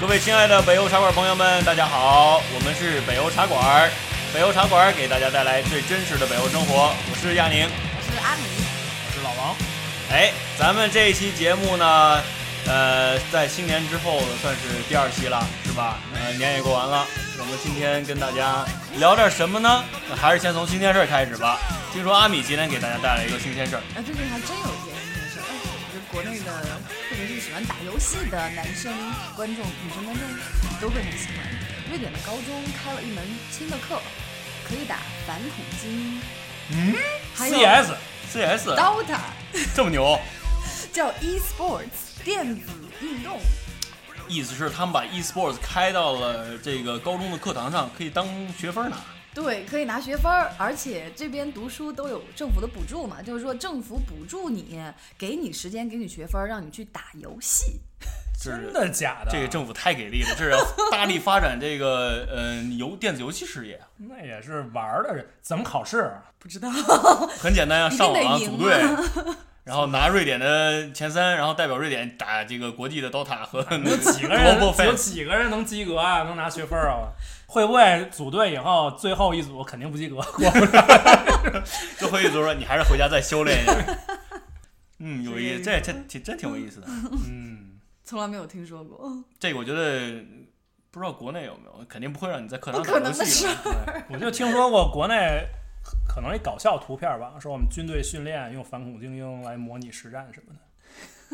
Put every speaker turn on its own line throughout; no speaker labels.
各位亲爱的北欧茶馆朋友们，大家好，我们是北欧茶馆。北欧茶馆给大家带来最真实的北欧生活，我是亚宁。
我是阿米，
我是老王，
哎，咱们这一期节目呢，呃，在新年之后算是第二期了，是吧？呃，年也过完了，我们今天跟大家聊点什么呢？那还是先从新鲜事儿开始吧。听说阿米今天给大家带来一个新鲜事儿，
啊，最近还真有一件新事儿，哎，我觉得国内的，特别是喜欢打游戏的男生观众、女生观众都会很喜欢。瑞典的高中开了一门新的课，可以打反恐精英，
嗯
还有
，CS
，CS
Dota，
这么牛，
叫 esports 电子运动。
意思是他们把 esports 开到了这个高中的课堂上，可以当学分拿。
对，可以拿学分儿，而且这边读书都有政府的补助嘛，就是说政府补助你，给你时间，给你学分儿，让你去打游戏。
这是
真的假的？
这个政府太给力了，这是 要大力发展这个嗯、呃、游电子游戏事业。
那也是玩儿的人，怎么考试？啊
不知道，
很简单呀、
一定
上
得
网啊
赢
组队，然后拿瑞典的前三，然后代表瑞典打这个国际的 DOTA 和
有几个人
Global
有
Fans。
几个人能及格啊？能拿学分啊？会不会组队以后最后一组肯定 不及格？过不了。
最后一组说你还是回家再修炼一下。嗯，有意思，这这
这
挺真挺有意思的。
嗯，
从来没有听说过。
这个我觉得不知道国内有没有，肯定不会让你在课堂
不
打
可
游
能的
戏
事
的。
儿，
对我就听说过国内可能一搞笑图片吧，说我们军队训练用反恐精英来模拟实战什么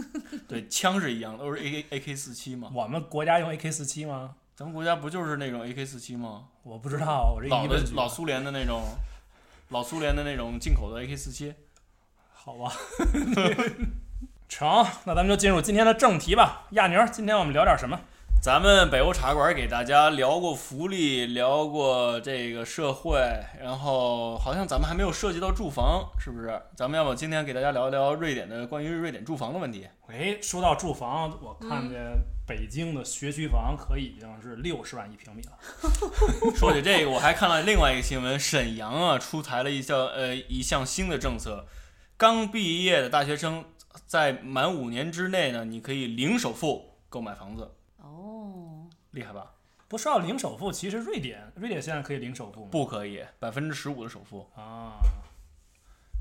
的。
对，枪是一样的，都是 A K A K 四七嘛。
我们国家用 AK 四七吗？
咱们国家不就是那种 A K 四七吗？
我不知道，我这
老
疑
的
问句
老苏联的那种，老苏联的那种进口的 A K 四七。
好吧。 成，那咱们就进入今天的正题吧。亚宁，今天我们聊点什么？
咱们北欧茶馆给大家聊过福利，聊过这个社会，然后好像咱们还没有涉及到住房，是不是？咱们要不今天给大家聊一聊瑞典的关于瑞典住房的问题？
哎，说到住房，我
嗯
看见北京的学区房可以已经是六十万一平米了。
说起这个，我还看了另外一个新闻，沈阳啊出台了一项呃一项新的政策，刚毕业的大学生在满五年之内呢，你可以零首付购买房子，
哦，
厉害吧？
不说到零首付，其实瑞典，瑞典现在可以零首付吗？
不可以，百分之十五的首付。
啊，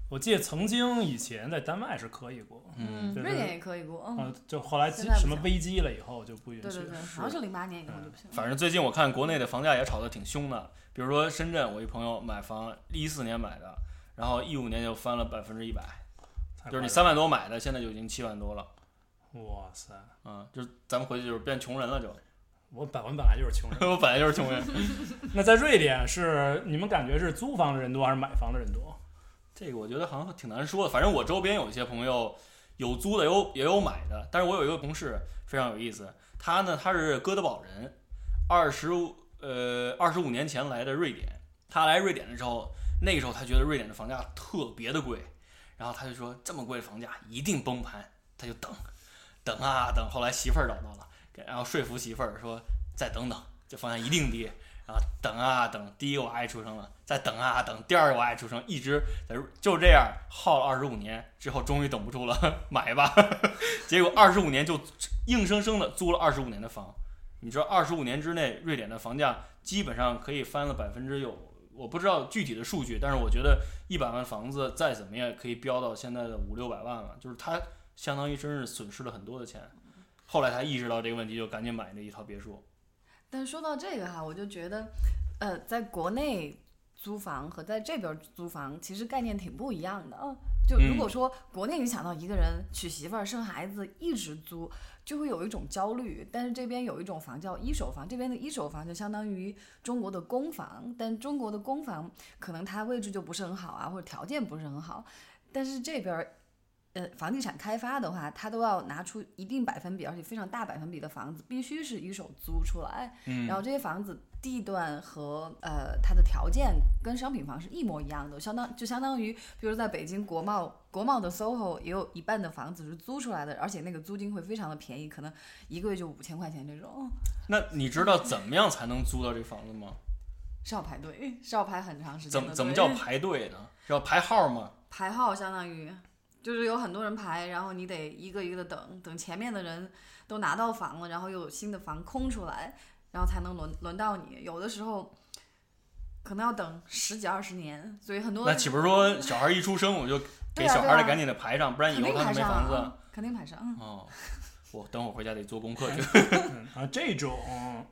我记得曾经以前在丹麦是可以过，
嗯，
就是
瑞典也可以过，嗯，
啊，就后来
现在不
什么
行
危机了以后就不允
对
许
对对，
了。
好像是嗯零八年以后就不行了。
反正最近我看国内的房价也炒得挺凶的，比如说深圳，我一朋友买房一四年买的，然后一五年就翻了百分之一百，
太
就是你
夸张
三万多买的，现在就已经七万多了，
了，哇塞！
嗯，就是咱们回去就是变穷人了就，
我本我们本来就是穷人。
我本来就是穷人，
那在瑞典是你们感觉是租房的人多还是买房的人多？
这个我觉得好像挺难说的，反正我周边有一些朋友有租的，有也有买的，但是我有一个同事非常有意思，他呢他是哥德堡人，二十呃二十五年前来的瑞典，他来瑞典的时候，那个时候他觉得瑞典的房价特别的贵，然后他就说这么贵的房价一定崩盘，他就等，等啊等，后来媳妇儿找到了，给然后说服媳妇儿说再等等，这房价一定跌。然后等啊等，第一个我阿姨出生了，再等啊等，第二个我阿姨出生，一直在瑞就这样耗了二十五年之后，终于等不住了， 买吧。结果二十五年就硬生生的租了二十五年的房。你知道二十五年之内，瑞典的房价基本上可以翻了百分之有，我不知道具体的数据，但是我觉得一百万房子再怎么样也可以飙到现在的五六百万了，就是他相当于真是损失了很多的钱。后来他意识到这个问题，就赶紧买了一套别墅。
但说到这个哈，我就觉得，呃，在国内租房和在这边租房其实概念挺不一样的啊。就如果说国内你想到一个人娶媳妇儿、生孩子一直租，就会有一种焦虑。但是这边有一种房叫一手房，这边的一手房就相当于中国的公房，但中国的公房可能它位置就不是很好啊，或者条件不是很好。但是这边儿，呃，房地产开发的话，它都要拿出一定百分比，而且非常大百分比的房子必须是一手租出来。
嗯
然后这些房子地段和呃它的条件跟商品房是一模一样的，相当就相当于，比如在北京国贸国贸的 SOHO 也有一半的房子是租出来的，而且那个租金会非常的便宜，可能一个月就五千块钱这种，哦
那你知道怎么样才能租到这房子吗？
是要排队，是要排很长时间
怎
的
么
队
怎么叫排队呢？是要排号吗？
排号？相当于就是有很多人排，然后你得一个一个的等，等前面的人都拿到房了，然后又有新的房空出来，然后才能轮轮到你。有的时候可能要等十几二十年，所以很多
那岂不是说小孩一出生我就
对
给
啊
小
对
孩儿
啊
得赶紧得排上，不然
肯
以后
定
他
排
们没
上
房子。
啊，肯定排上。嗯
哦，我等会儿回家得做功课去。
嗯啊，这种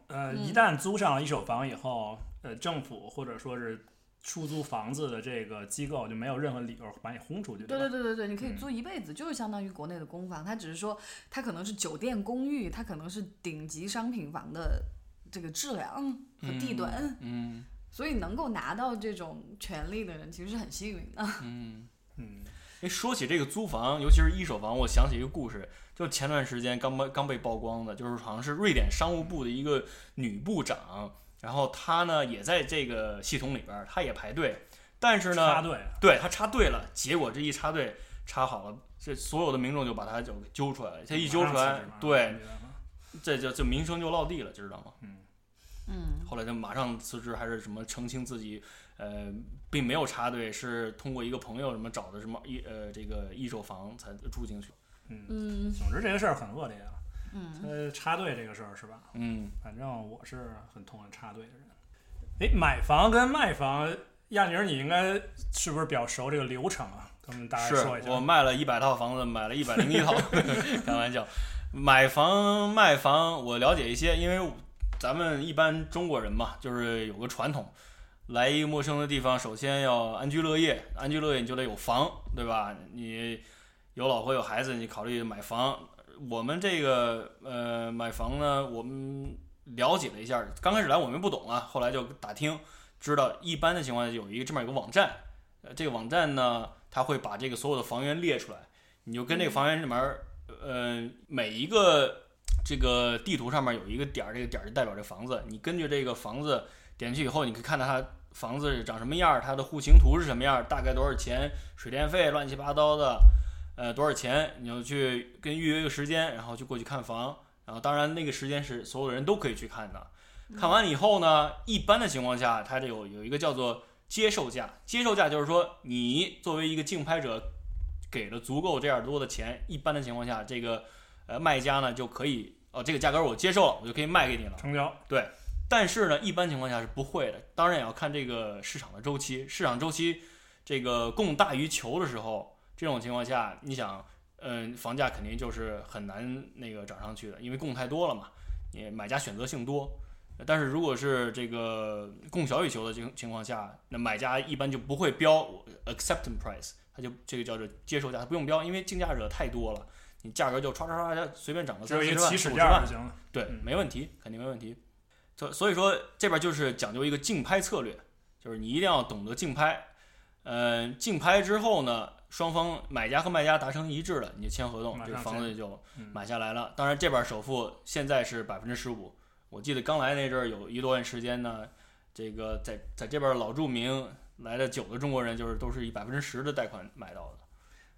呃，
嗯
一旦租上了一手房以后，呃，政府或者说是出租房子的这个机构就没有任何理由把你轰出去，
对
吧
对？对对对，你可以
嗯
租一辈子，就是相当于国内的公房，它只是说它可能是酒店公寓，它可能是顶级商品房的这个质量和地段，
嗯
所以能够拿到这种权利的人其实是很幸运的。
嗯。
嗯，
哎，说起这个租房，尤其是一手房，我想起一个故事，就前段时间刚被刚被曝光的，就是好像是瑞典商务部的一个女部长，然后她呢也在这个系统里边儿，她也排队，但是呢，
插队啊，
对他插队了，结果这一插队插好了，这所有的民众就把他就给揪出来了。他一揪出
马上
来
辞职，嘛
对，，这就就名声就落地了，知道吗？
嗯，
嗯，
后来就马上辞职，还是什么澄清自己，呃，并没有插队，是通过一个朋友什么找的什么一呃这个一手房才住进去。
嗯，
嗯
总之这个事儿很恶劣啊。
嗯，
呃，插队这个事儿是吧？
嗯，
反正我是很痛恨插队的人。哎，买房跟卖房，亚宁你应该是不是比较熟这个流程啊？跟我们大
是
家说一下。
我卖了一百套房子，买了一百零一套， 开玩笑。买房卖房我了解一些，因为咱们一般中国人嘛，就是有个传统，来一个陌生的地方，首先要安居乐业，安居乐业你就得有房，对吧？你有老婆有孩子，你考虑买房。我们这个呃买房呢，我们了解了一下，刚开始来我们不懂啊，后来就打听知道，一般的情况下有一个这么有个网站，呃，这个网站呢，它会把这个所有的房源列出来，你就跟这个房源里面儿，呃，每一个这个地图上面有一个点儿，这个点儿就代表这房子。你根据这个房子点进去以后，你可以看到它房子长什么样儿，它的户型图是什么样儿，大概多少钱，水电费乱七八糟的，呃，多少钱，你就去跟预约一个时间，然后就过去看房。然后当然那个时间是所有的人都可以去看的。看完以后呢，一般的情况下，它这有有一个叫做接受价，接受价就是说你作为一个竞拍者，给了足够这样多的钱，一般的情况下，这个呃卖家呢就可以，哦、这个价格我接受了，我就可以卖给你了。
成交，
但是呢，一般情况下是不会的。当然也要看这个市场的周期，市场周期这个供大于求的时候，这种情况下，你想，嗯、房价肯定就是很难那个涨上去的，因为供太多了嘛，你买家选择性多。但是如果是这个供小于求的情情况下，那买家一般就不会标 acceptance price，他就这个叫做接受价，他不用标，因为竞价者太多了，你价格就唰唰唰唰随便涨个
只
三
有
四
一
十万、五十
个起始价
万
就，行了。
对
嗯，
没问题，肯定没问题。所所以说这边就是讲究一个竞拍策略，就是你一定要懂得竞拍。嗯、竞拍之后呢，双方买家和卖家达成一致了，你就签合同，
马
这
上
个房
签
子就
嗯
买下来了。当然这边首付现在是百分之十五，我记得刚来那阵儿有一段时间呢，这个在在这边老著名来的久的中国人，就是都是以百分之十的贷款买到的，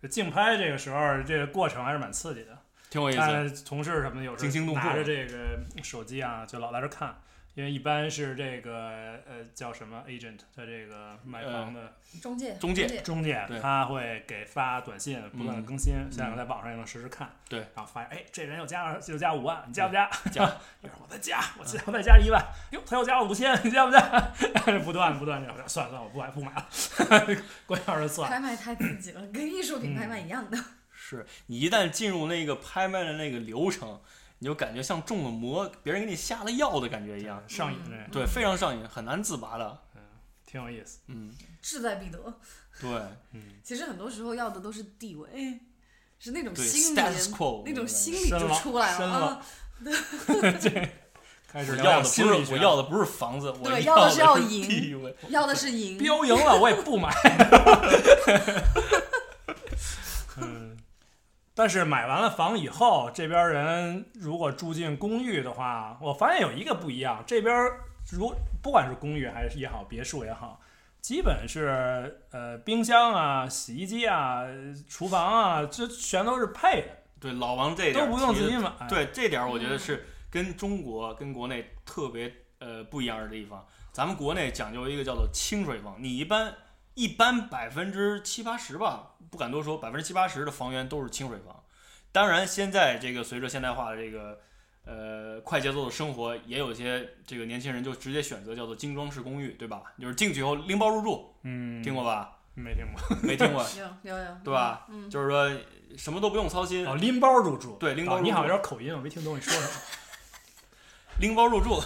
这竞拍这个时候，这个过程还是蛮刺激的。
挺有意思。
看同事什么的，有时
惊心
候
动魄
拿着这个手机啊，就老在这看，因为一般是这个呃叫什么 agent，他这个买房的
中介，
中介，
中介，
呃对
他会给发短信，不断的更新，现在
嗯
在网上也能实时看。
对嗯
然后发现哎，这人又加了又加五万，你加不加？
加，
一会儿我再加，我再我再加一万，哟，他又加了五千，你加 不加？不断不断这样，算了算了，我不买不买了， 关键是算了。
拍卖太 刺激了，跟艺术品拍卖一样
嗯
的。
是你一旦进入那个拍卖的那个流程，你就感觉像中了魔，别人给你下了药的感觉一样，
上瘾这人，
对，非常上瘾，很难自拔的。
挺有意思。
嗯，
志在必得。
对
嗯，
其实很多时时候要的都是地位，是那种
对
心理，
，status quo
那
对
种
吧
心理就
深了
出来
深
啊
了。开
我
始
要的不
心理
是
学啊
我要的不是房子，我
对
要
要的
的
是要赢
地位。
要的是赢。
标赢了我也不买。 嗯，但是买完了房以后，这边人如果住进公寓的话，我发现有一个不一样，这边如不管是公寓还是也好，别墅也好。基本是呃，冰箱啊、洗衣机啊、厨房啊，这全都是配的，
对，老王这点
都
儿
不用
提
自
的
己买。，
对这点，我觉得是跟中国、跟国内特别呃不一样的地方。咱们国内讲究一个叫做清水房，你一般一般百分之七八十吧，不敢多说，百分之七八十的房源都是清水房。当然，现在这个随着现代化的这个呃快节奏的生活，也有一些这个年轻人就直接选择叫做精装式公寓，对吧？就是进去以后拎包入住，
嗯，
听过吧？
没听过？
没听 过，
有有有，
对吧？
嗯，
就是说什么都不用操心，
哦，拎包入住。
对拎包
哦你
入
好像
住
有点口音，我没听懂你说什么。
拎包入住。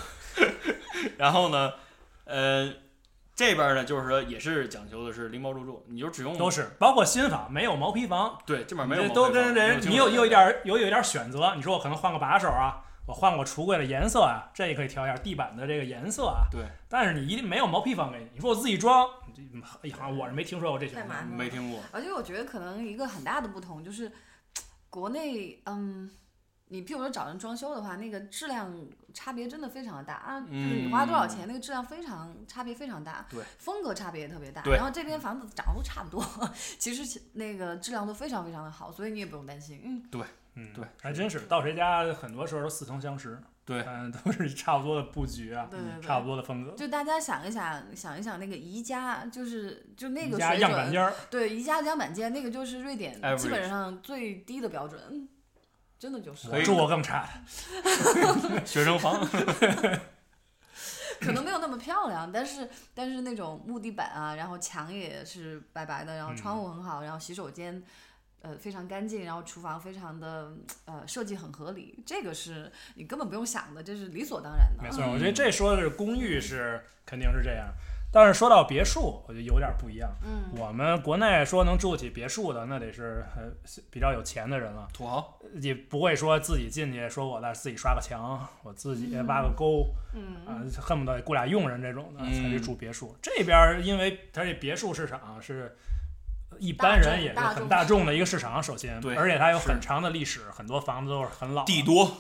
然后呢，呃，这边呢就是说也是讲究的是拎包入住，你就只用
都是，包括新房，没有毛坯房，
对这边嗯
你
啊没有
这
毛
都
坯
跟
房
人你
有精
有有一点儿有有一点儿选择。你说我可能换个把手啊，我换我橱柜的颜色啊，这也可以调一下地板的这个颜色啊。
对，
但是你一定没有毛坯房给你。你说我自己装，这哎呀，我是没听说过这情
嗯太麻
况
烦。
没听过，
而且我觉得可能一个很大的不同就是，国内嗯，你譬如说找人装修的话，那个质量差别真的非常的大啊，就是你花多少
嗯
钱，那个质量非常差别非常大，
对，
风格差别也特别大。
对
然后这边房子长得都差不多， 其实其那个质量都非常非常的好，所以你也不用担心。嗯，
嗯，
对，
还真是到谁家很多时候都似曾相识。
对
嗯，都是差不多的布局啊，
对对对。
差不多的风格。
就大家想一想，想一想那个宜家，就是就那
你
个
家
水
样板
准，
间儿，
对宜家样板间，那个就是瑞典
Average
基本上最低的标准，嗯真的就是
可
我
以
住过更差的。
学生 房
嗯
可能没有那么漂亮，但是但是那种木地板啊，然后墙也是白白的，然后窗户
嗯
很好，然后洗手间，呃非常干净，然后厨房非常的呃设计很合理，这个是你根本不用想的，这是理所当然的。
没错，
嗯
我觉得这说的是公寓是肯定是这样，但是说到别墅，我觉得有点不一样。
嗯，
我们国内说能住起别墅的，那得是很比较有钱的人了，
土豪，
也不会说自己进去说我在自己刷个墙，我自己挖个沟
嗯
啊，恨不得雇俩佣人这种的
嗯
才去住别墅。这边儿因为它这别墅市场是。呃一
大
般人
众
也是
大
很
众
大
市
众的一个市场，首先，
对
而且它有
是
很长的历史，很多房子都是很老的，
地多，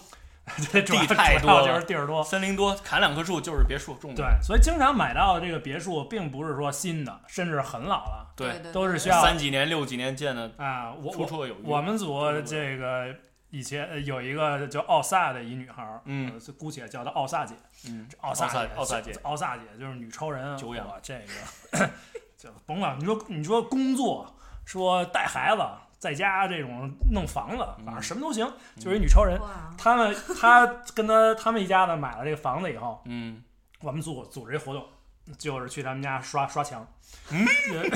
对 主要
地太
主要
多
就
了
是地儿多，
森林多，砍两棵树就是别墅，种的
对，所以经常买到的这个别墅，并不是说新的，甚至很老了
对
对，
对，
都是需要
三几年六几年建的，
啊。我
绰
我
绰有余。
我们组这个以前呃有一个叫奥萨的一女孩儿，
嗯
呃，就姑且叫她奥萨姐。
嗯，
这奥
萨
萨
奥萨姐
姐，奥萨姐就是女超人啊，
久仰
哇这个 就甭管你说你说工作，说带孩子，在家这种弄房子，反正
嗯
什么都行，就是一女超人。
哇，
他们，他跟他他们一家呢买了这个房子以后，
嗯，
我们组组织一活动，就是去他们家刷刷墙，
嗯，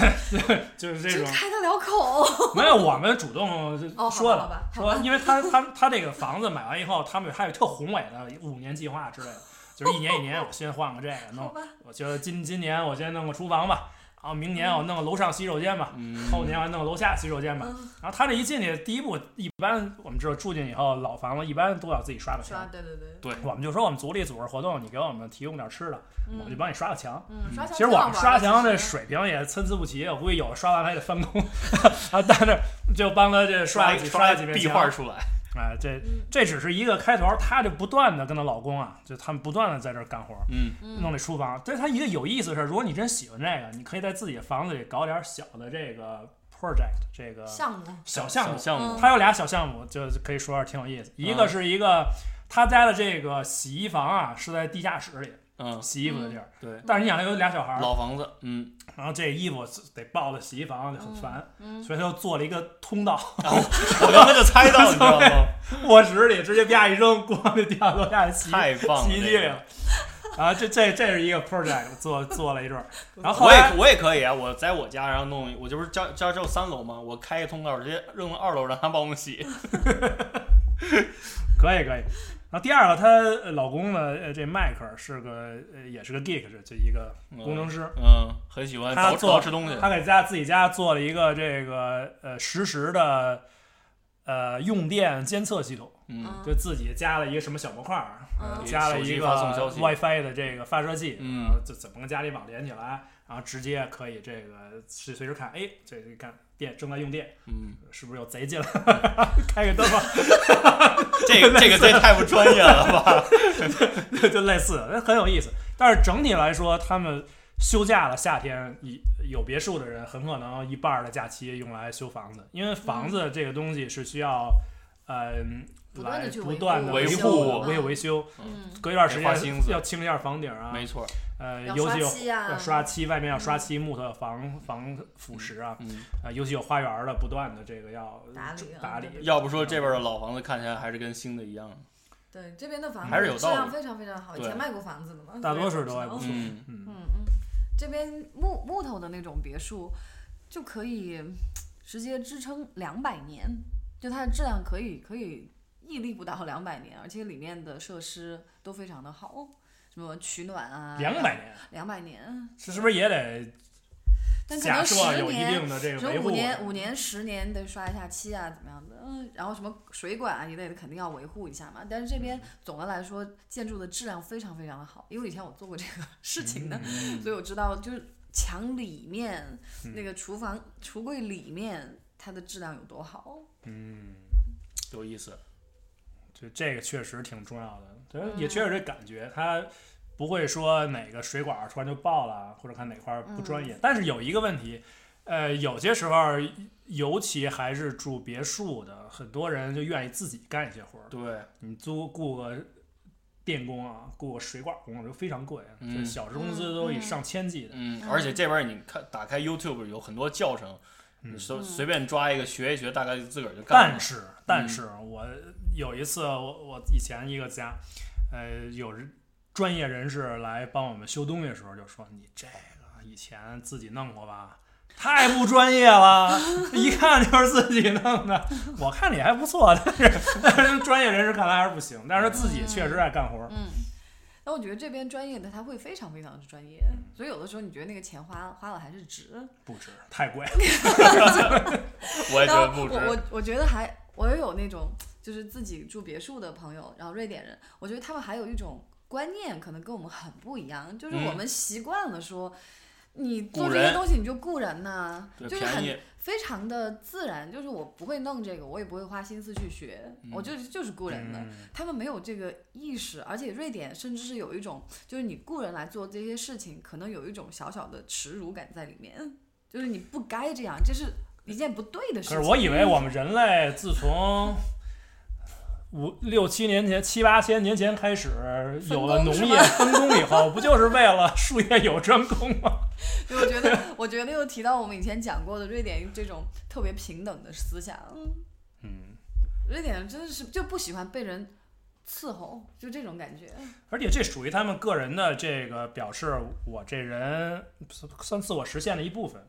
就是嗯这
真
种，
开得了 口
没有我们主动就
哦，
说
好
了，
吧，好 吧，
说因为他他他这个房子买完以后，他们还有特宏伟的五年计划之类的，就是一年一年我先换个这个，
好
弄，
吧，
我觉得今今年我先弄个厨房吧，然后明年我弄个楼上洗手间吧，
嗯
后年我弄个楼下洗手间吧。
嗯，
然后他这一进去，第一步一般我们知道住进以后，老房子一般都要自己刷个
是吧？
墙。
对对对，
我们就说我们组里组织活动，你给我们提供点吃的，我们就
嗯
帮你刷个墙。
嗯，刷墙
其实我们刷墙
的
这水平也参差不齐，我估计有的刷完还得翻工， 啊，但是就帮他这刷
刷
几
刷
几遍
壁
墙
画出来，
哎，这
嗯
这只是一个开头，她就不断的跟她老公啊，就他们不断的在这儿干活，
嗯，
弄这厨房。但是她一个有意思的事儿，如果你真喜欢这个，你可以在自己的房子里搞点小的这个 project，这个
项目，
小啊项目。
项目
嗯，
她有俩小项目，就可以说是挺有意思。一
嗯
个是一个她家的这个洗衣房啊，是在地下室里
嗯，
洗衣服的地儿。
对，
但是你想，她有俩小孩儿，
老房子， 嗯，
然后这衣服得抱到洗衣房就很烦，
嗯，
所以他就做了一个通道，
我刚才就猜到，你知 道吗？
卧室里直接啪一扔，咣就掉楼下洗衣
太棒了，
洗衣机
这
里
个
了。啊，这这这是一个 project 做做了一阵儿，然后后
我
来
也我也可以啊，我在我家然后弄一，我这不是家家只有三楼吗？我开一通道直接扔到二楼，让他帮我洗。
可以可以。然后第二个，她老公呢，呃，这迈克尔是个呃也是个 geek，是就一个工程师，
嗯，很喜欢
他
早
做
早吃东西，
他给家自己家做了一个这个呃实时的呃用电监测系统，
嗯
就自己加了一个什么小模块儿，
嗯
呃加了一
手
个
机发送消息
WiFi 的这个发射器，
嗯
呃，怎怎么跟家里网连起来，然后直接可以这个随随时看，哎，这这看电正在用电，
嗯，
是不是有贼进来？ 开个灯吧，
这个这个这太不专业了 吧？
就类似，那很有意思。但是整体来说，他们休假了，夏天一有别墅的人，很可能一半儿的假期用来修房子，因为房子这个东西是需要，嗯、
不断
来
地去
不断的
维
维
护
护
维护
维维修，
嗯
隔一段时
得花心
间
思
要清一下房顶啊，
没错，
呃，
要
尤
刷
其有
漆啊嗯
要刷漆，外面要刷漆，木头防防腐蚀啊，
嗯，
啊，尤其有花园儿的，不断的这个要
打理啊
打理
对。
要不说这边的老房子看起来还是跟新的一样，
对这边的房子
还是有
质
道理
量非常非常好，以
对
前卖过房子的嘛，
大多数
所以
都还不
我
错
知道
嗯，
嗯，
嗯嗯，这边木木头的那种别墅就可以直接支撑两百年，就它的质量可以可以屹立不倒两百年，而且里面的设施都非常的好，什么取暖啊，
两百年，
两百年，
是是不是也得
但可
假
能
设啊
十
有一
年
定的这个
说
维
五
护？啊
年、五年、十年得刷一下漆啊，怎么样的？嗯，然后什么水管啊一类的肯定要维护一下嘛。但是这边
嗯
总的来说，建筑的质量非常非常的好，因为以前我做过这 个事情的，所以我知道就是墙里面、
嗯
那个厨房橱柜里面它的质量有多好。
嗯，
有意思。
就这个确实挺重要的，对，
嗯
也确实这感觉，它不会说哪个水管儿突然就爆了，或者看哪块儿
嗯
不专业。但是有一个问题，呃，有些时候儿，尤其还是住别墅的，很多人就愿意自己干一些活儿。
对，
你租雇个电工啊，雇个水管工就非常贵，
嗯
这小时工资都
嗯
以上千计的。
嗯，而且这边你看，打开 YouTube 有很多教程，你
嗯
随随便抓一个学一学，大概自个儿就干
但
了。
是，但是我有一次，我我以前一个家，呃，有人专业人士来帮我们修东西的时候，就说你这个以前自己弄过吧，太不专业了， 一看就是自己弄的。我看你还不错，但是但是 专业人士看来还是不行，但是自己确实爱干活儿。
嗯，但我觉得这边专业的他会非常非常的专业，
嗯
所以有的时候你觉得那个钱花花了还是值。
不值，太贵。
我也觉
然
得
后
不值。
我我我觉得还我也有那种就是自己住别墅的朋友，然后瑞典人，我觉得他们还有一种观念，可能跟我们很不一样，就是我
嗯
们习惯了说。你做
雇
这些
人
东西你就雇人呐、
对
就是
便
很
宜
非常的自然，就是我不会弄这个，我也不会花心思去学，
嗯
我就是就是雇人的。
嗯
他们没有这个意识，而且瑞典甚至是有一种，就是你雇人来做这些事情，可能有一种小小的耻辱感在里面，嗯就是你不该这样，这是一件不对的事
可
情。
是我以 为我们人类自从五六七年前、七八千年前开始有了农业 分工以后，不就是为了 术业有专攻吗？
对，我觉得，我觉得又提到我们以前讲过的瑞典这种特别平等的思想，
嗯，
瑞典人真的是就不喜欢被人伺候，就这种感觉。
而且这属于他们个人的这个表示，我这人算自我实现的一部分，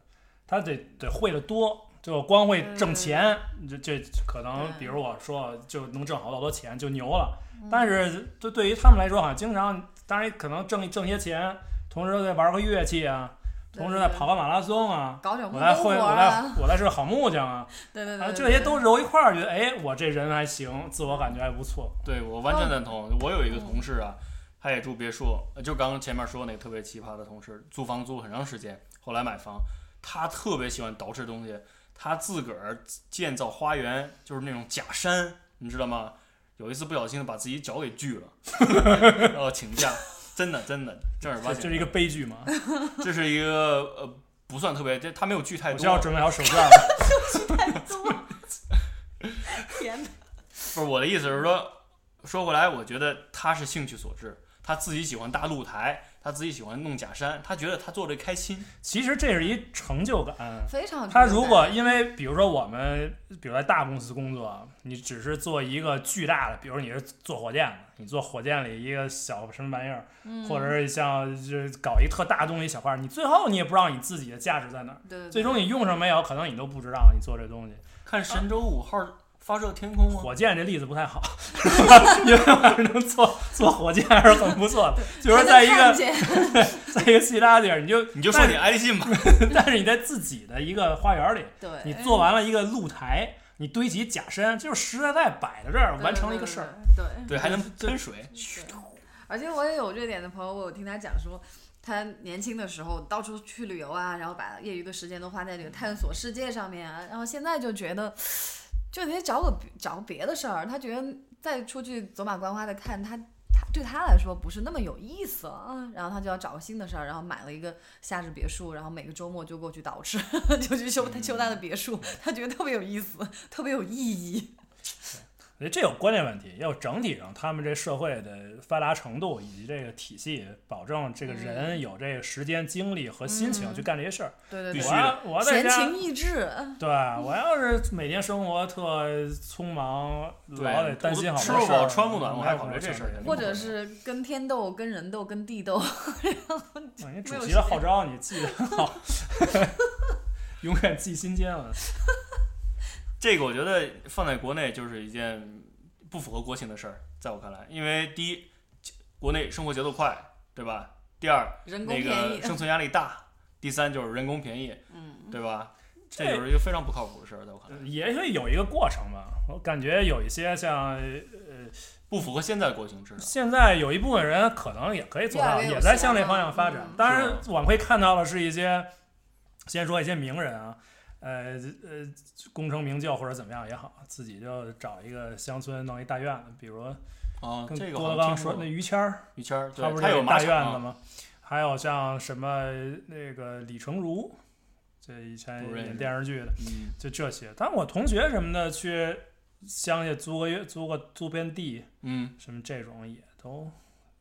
他得得会的多。就光会挣钱，这这可能，比如我说就能挣好多好多钱，就牛了。但是就对于他们来说，好像经常，当然可能挣挣些钱，同时再玩个乐器啊，
对
同时再跑个马拉松啊，
搞点木
我
工
再会，
活
我
儿
再
啊，
我再是个好木匠啊，
对对
啊，
对，
这些都
是
揉一块儿，觉得哎，我这人还行，自我感觉还不错。
对我完全赞同。我有一个同事啊，他也住别墅，呃就刚刚前面说那个特别奇葩的同事，租房租很长时间，后来买房，他特别喜欢捯饬东西，他自个儿建造花园，就是那种假山，你知道吗？有一次不小心把自己脚给锯了， 然后请假，真的真的正儿八
这
经，
这是一个悲剧嘛？
这是一个呃不算特别，这他没有锯太
我需要
多，
准备好手绢了。
天哪，
不是我的意思是说，说回来，我觉得他是兴趣所致，他自己喜欢搭露台，他自己喜欢弄假山，他觉得他做这开心。
其实这是一成就感。
非常有
他
成就
如
感
果因为比如说我们，比如在大公司工作，你只是做一个巨大的，比如你是做火箭的，你做火箭里一个小什么玩意儿，
嗯
或者是像就是搞一特大东西小块儿，你最后你也不知道你自己的价值在哪儿，
对对对
最终你用上没有，可能你都不知道你做这东西。
看神舟五号发射天空吗？
火箭这例子不太好，因为我能做做火箭还是很不错的，就是在一
还能看
个
见
在一个其他地儿，你就
你就说你爱立信吧。
但是你在自己的一个花园里，
对，
你做完了一个露台，你堆起假山，就是实实在在摆在这儿，
对
完成了一个事儿。，
对对对对
对，还能喷水。
对，而且我也有瑞典的朋友，我有听他讲说，他年轻的时候到处去旅游啊，然后把业余的时间都花在这个探索世界上面啊，然后现在就觉得，就得找个找别的事儿，他觉得再出去走马观花的看他。他对他来说不是那么有意思啊，然后他就要找个新的事儿，然后买了一个夏日别墅，然后每个周末就过去捯饬， 嗯就去修他修他的别墅，他觉得特别有意思，特别有意义。
所以这有观念问题，也有整体上他们这社会的发达程度以及这个体系，保证这个人有这个时间、精力和心情
嗯
去干这些事儿。
对对
必须
对，
我要我要在
闲
家，
情逸致，嗯
对我要是每天生活特匆忙，
对
老得担心好多
吃
事
不饱
儿
穿不暖我
没
还
有
考虑
什么
这事儿
精力
或者是跟天斗、跟人斗、跟地 斗，
哇你主
没有
席
时
的
间
号 召你记得好，永远记心间了。
这个我觉得放在国内就是一件不符合国情的事儿，在我看来，因为第一，国内生活节奏快，对吧？第二，
人工
那
便
个
宜，
生存压力大；第三就是人工便宜，
嗯，
对吧？这
这
就是一个非常不靠谱的事儿，在我看来，
呃也会有一个过程吧。我感觉有一些像
不符合现在国情之上。
现在有一部分人可能也可以做
越
到，
来越有
也在向这
希望
方向发展。
嗯
当然
是，啊
我们会看到的是一些，先说一些名人啊，呃呃，功成名就或者怎么样也好，自己就找一个乡村弄一大院子，比如
啊，
跟
这个
郭
好
德
像
纲
听
说
过
那于谦儿，
于谦儿，
他
对，
不是
他
有
有
大
马
院子
场，啊
吗？还有像什么那个李成儒，这以前
不认识
演电视剧的，
嗯，
就这些。但我同学什么的去乡下租个月租个租边地，
嗯，
什么这种也都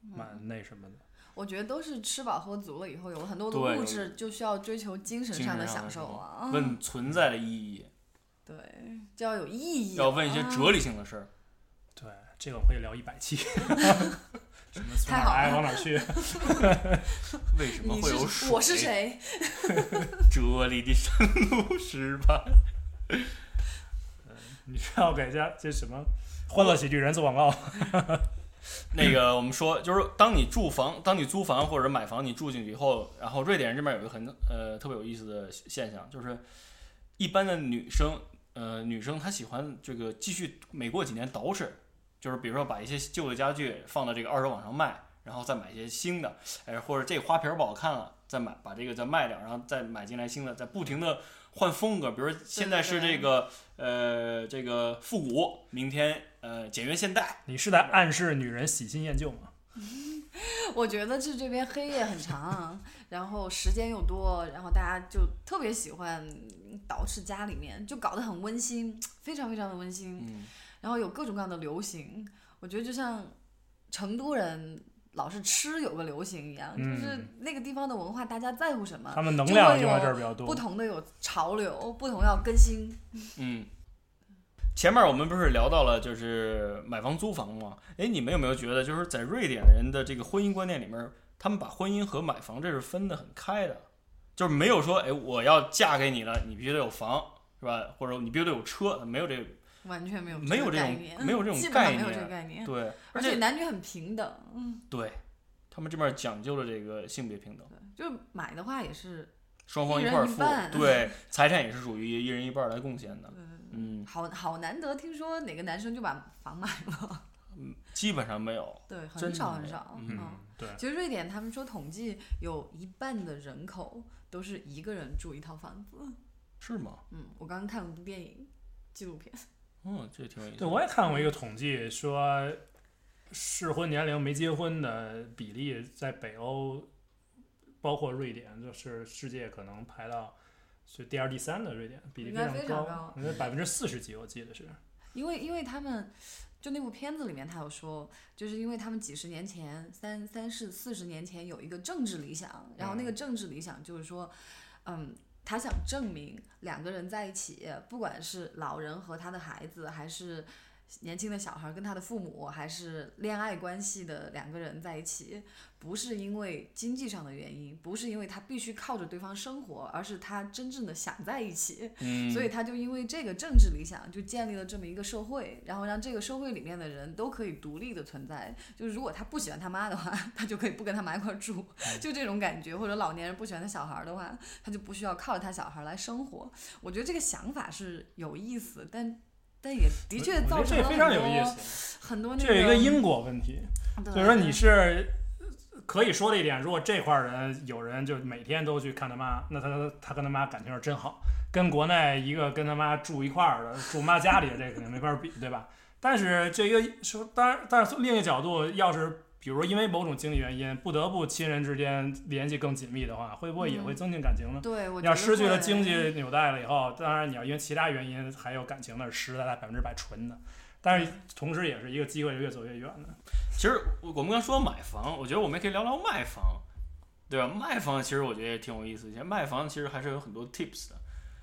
嗯
蛮那什么的。
我觉得都是吃饱喝足了以后，有很多的
对
物质就需要追求精神
精
上
神
的
上的
享
是
受
吧
啊，嗯
问存在的意义，
对，就要有意义，
要问一些
啊
哲理性的事儿。
对，这个我可以聊一百期。什么从
太
哪儿
好
来
了
往哪儿去？
为什么
你
会有
是我是
水
谁？
这里的山路十八。
你是要给家这什么欢乐喜剧人做广告？
那个我们说，就是当你住房，当你租房或者买房，你住进去以后，然后瑞典人这边有一个很呃特别有意思的现象，就是一般的女生，呃，女生她喜欢这个继续每过几年捯饬，就是比如说把一些旧的家具放到这个二手网上卖，然后再买一些新的，哎，或者这花瓶儿不好看了，再买把这个再卖掉，然后再买进来新的，再不停的换风格。比如说现在是这个呃这个复古，明天呃简约现代，
你是在暗示女人喜新厌旧
啊
吗？
我觉得是这边黑夜很长，然后时间又多，然后大家就特别喜欢捯饬家里面，就搞得很温馨，非常非常的温馨。
嗯。
然后有各种各样的流行，我觉得就像成都人老是吃有个流行一样，就是
嗯
那个地方的文化，大家在乎什么
他，们能
就
量
会
用在
有
这儿比较多
不。同的有潮流，不同要更新。
嗯，前面我们不是聊到了就是买房租房吗？哎，你们有没有觉得就是在瑞典人的这个婚姻观念里面，他们把婚姻和买房这是分得很开的，就是没有说哎我要嫁给你了，你必须得有房是吧？或者你必须得有车，没有这个
完全没有
没有这
这个概
种
念，
没有这种
基本
概
上没有这个
念，
概念，
对，而
嗯而
且
且男女很平等，嗯，
对他们这边讲究了这个性别平等，
对，就是买的话也是，
双方一块儿
一人一
付，
半
对，财产也是属于一人一半儿来贡献的，
嗯，
嗯，
好好难得听说哪个男生就把房买了，
基本上没有，
对，
真
很
的
少
没
很
有
少，
嗯
嗯，对。
其实瑞典他们说统计有一半的人口都是一个人住一套房子。
是吗？
嗯，我刚刚看了部电影，纪录片。
嗯，这挺有意思的。
对，我也看过一个统计，说适婚年龄没结婚的比例在北欧，包括瑞典，就是世界可能排到是第二、第三的瑞典，比例
应该
非
非
常
常
高
高，
应该百分之四十几，我记得是。
因为因为他们就那部片子里面，他有说，就是因为他们几十年前三三四四十年前有一个政治理想，然后那个政治理想就是说，嗯。他想证明两个人在一起，不管是老人和他的孩子，还是年轻的小孩跟他的父母，还是恋爱关系的两个人在一起，不是因为经济上的原因，不是因为他必须靠着对方生活，而是他真正的想在一起。
嗯，
所以他就因为这个政治理想，就建立了这么一个社会，然后让这个社会里面的人都可以独立的存在。就是如果他不喜欢他妈的话， 他就可以不跟他妈一块儿住，
嗯
就这种感觉。或者老年人不喜欢他小孩儿的话，他就不需要靠着他小孩儿来生活。我觉得这个想法是有意思，但但也的确
我觉
造
得
成
这
了
非
很
常有
多
意思，
很多那
这有一
种
个因果问题，
对
就是说你是。可以说的一点，如果这块儿人有人就每天都去看他妈，那他他跟他妈感情是真好，跟国内一个跟他妈住一块儿的住妈家里的这肯定没法比，对吧？但是这个说，当然，但是从另一个角度，要是比如说因为某种经济原因，不得不亲人之间联系更紧密的话，会不会也
嗯
会增进感情呢？
对我
你要
觉得
失去了
会
经济纽带了以后，当然你要因为其他原因还有感情那是实在在百分之百纯的。但
嗯
是同时也是一个机会，越走越远的。
其实我我们刚说买房，我觉得我们也可以聊聊卖房，对吧？卖房其实我觉得也挺有意思，其实卖房其实还是有很多 tips 的。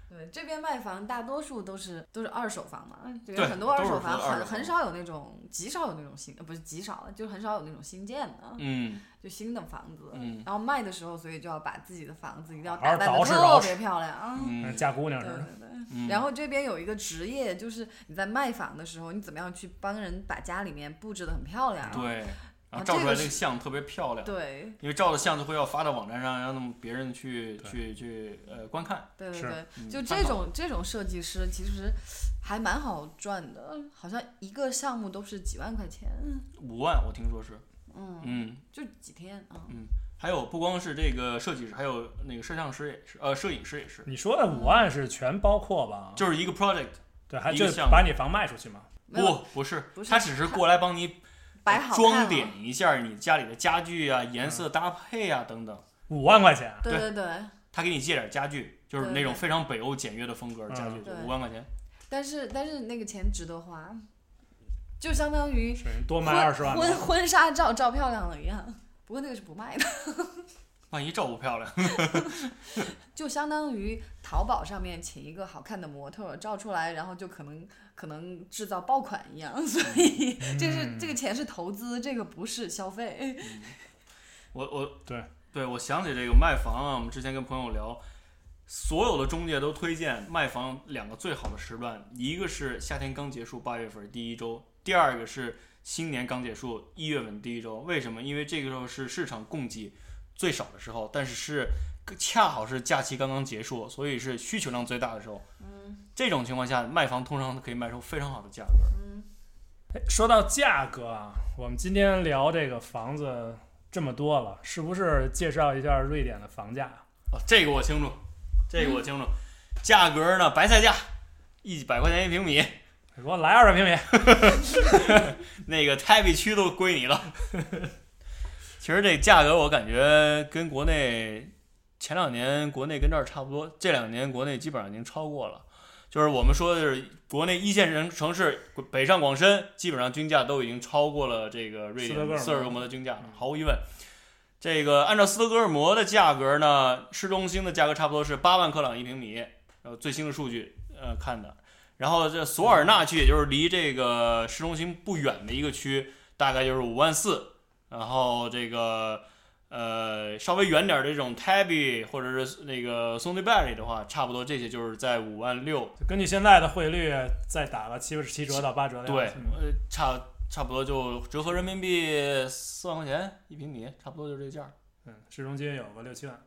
对，这边卖房大多数都是都是二手房嘛，这
嗯对
边很多二手房
都是二手
很
房
很少有那种极少有那种新，呃不是极少，就很少有那种新建的，
嗯
就新的房子。
嗯
然后卖的时候，所以就要把自己的房子一定要
好好
打扮的
捯饬
特
捯饬
别漂亮啊。
嗯
嫁姑娘
对
似的，
对对。
嗯，
然后这边有一个职业，就是你在卖房的时候，你怎么样去帮人把家里面布置的很漂亮？
嗯对，然后
啊
照
这
出
个
来那
是
个像特别漂亮。
对
因为照的像就会要发到网站上，让他们别人去
对
去去呃观看。
对对
是
对，
嗯
就
参考
这种这种设计师其实还蛮好赚的，好像一个项目都是几万块钱，
五万，我听说是，
嗯，
嗯，
就几天啊。
还有不光是这个设计师，还有那个摄像师也是，呃，摄影师也
嗯
是，
你说的五万是全包括吧？
就是一个 project，
对，还
一
就
个项目
把你房卖出去嘛？
没有
不不是
不，是
他只是过来帮你
摆好看
装
了
点一下你家里的家具啊、颜色搭配啊等等，
五万块钱，
对对对，
他给你借点家具，就是那种
对对
非常北欧简约的风格的家具，
嗯
就
对
五万块钱，
但是但是那个钱值得花，就相当于
是多
婚
卖二十万哎吧。
婚婚纱照照漂亮了一样。不过那个是不卖的，
万一照不漂亮，
就相当于淘宝上面请一个好看的模特儿照出来，然后就可能可能制造爆款一样， 所以这是这个钱是投资，这个不是消费。
我我
对
对，我想起这个卖房啊，我们之前跟朋友聊。所有的中介都推荐卖房两个最好的时段，一个是夏天刚结束八月份第一周，第二个是新年刚结束一月份第一周。为什么？因为这个时候是市场供给最少的时候，但是是恰好是假期刚刚结束，所以是需求量最大的时候。
嗯
这种情况下，卖房通常可以卖出非常好的价格。
嗯，
哎说到价格啊，我们今天聊这个房子这么多了，是不是介绍一下瑞典的房价？
哦，这个我清楚，这个我清楚。价格呢，白菜价一百块钱一平米，
给我来二百平米，
那个太北区都归你了。 其实这价格我感觉跟国内前两年国内跟这儿差不多，这两年国内基本上已经超过了。就是我们说的是国内一线城城市，北上广深基本上均价都已经超过了这个瑞
斯德哥尔摩
典斯德哥尔摩的均价了
嗯，
毫无疑问。这个按照斯德哥尔摩的价格呢，市中心的价格差不多是八万克朗一平米，呃，最新的数据呃看的。然后这索尔纳区，也就是离这个市中心不远的一个区，大概就是五万四。然后这个呃稍微远点儿的这种 Tabby 或者是那个 s o n d y b a r r y 的话，差不多这些就是在五万六
就根据现在的汇率再打个七七折到八折的样
对
子。嗯，
呃，差差不多就折合人民币四万块钱一平米，差不多就这价儿。
嗯，市中心有个六七万，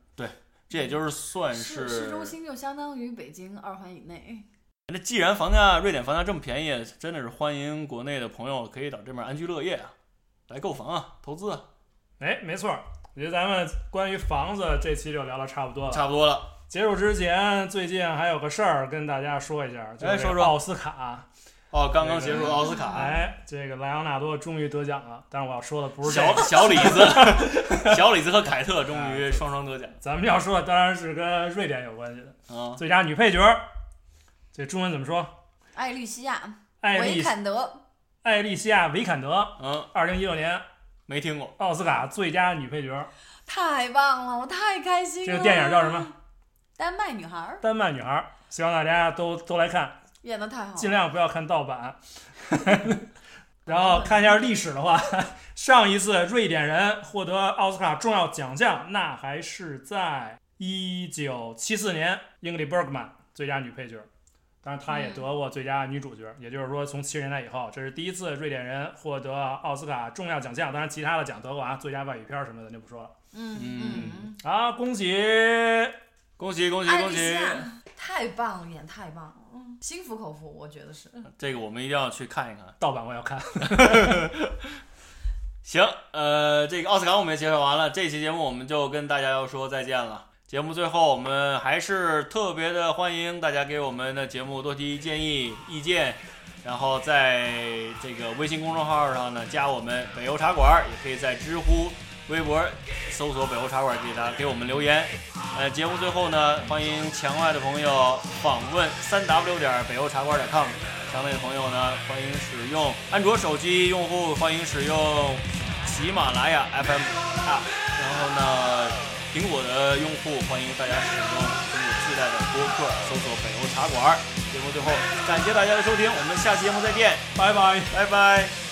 这也就是算
市
是
市中。心就相当于北京二环以内。
那既然房价瑞典房价这么便宜，真的是欢迎国内的朋友可以到这边安居乐业啊，来购房啊，投资啊，
哎，没错儿。我觉得咱们关于房子这期就聊的差不多了。
差不多了。
结束之前，最近还有个事儿跟大家说一下，就是
哎说说
奥斯卡，
哦，刚刚结束
这个
奥斯卡，
哎，这个莱昂纳多终于得奖了。但是我要说的不是这啊
小
个，
小李子，小李子和凯特终于双双得奖
咱们要说的当然是跟瑞典有关系的
啊！
最佳女配角儿，这中文怎么说？
艾丽西亚、
艾
维
丽
坎德，
艾丽西亚·维坎德，
嗯，
二零一六年
没听过
奥斯卡最佳女配角儿。
太棒了，我太开心了。
这个电影叫什么？
丹麦女孩儿
丹麦女孩儿，希望大家都都来看，
演的太好了，
尽量不要看盗版。 然后看一下历史的话，上一次瑞典人获得奥斯卡重要奖项，那还是在一九七四年，英格里·伯格曼最佳女配角，当然她也得过最佳女主角。也就是说，从七十年代以后，这是第一次瑞典人获得奥斯卡重要奖项。当然，其他的奖得过啊，最佳外语片儿什么的就不说了。
嗯
嗯
嗯
啊，恭喜
恭喜恭
嗯，
喜
艾
恭
丽西
喜！
亚太棒了，演太棒了，嗯心服口服，我觉得是。
这个我们一定要去看一看。
盗版我要看。
行，呃，这个奥斯卡我们也介绍完了，这期节目我们就跟大家要说再见了。节目最后，我们还是特别的欢迎大家给我们的节目多提建议、意见，然后在这个微信公众号上呢加我们北欧茶馆，也可以在知乎、微博搜索“北欧茶馆”给大家给我们留言。呃，节目最后呢，欢迎墙外的朋友访问三 w 点北欧茶馆点 com，墙内的朋友呢，欢迎使用安卓手机用户，欢迎使用喜马拉雅 FM app。然后呢，苹果的用户欢迎大家使用苹果自带的播客，搜索“北欧茶馆”。节目最后，感谢大家的收听，我们下期节目再见，
拜拜。
拜拜。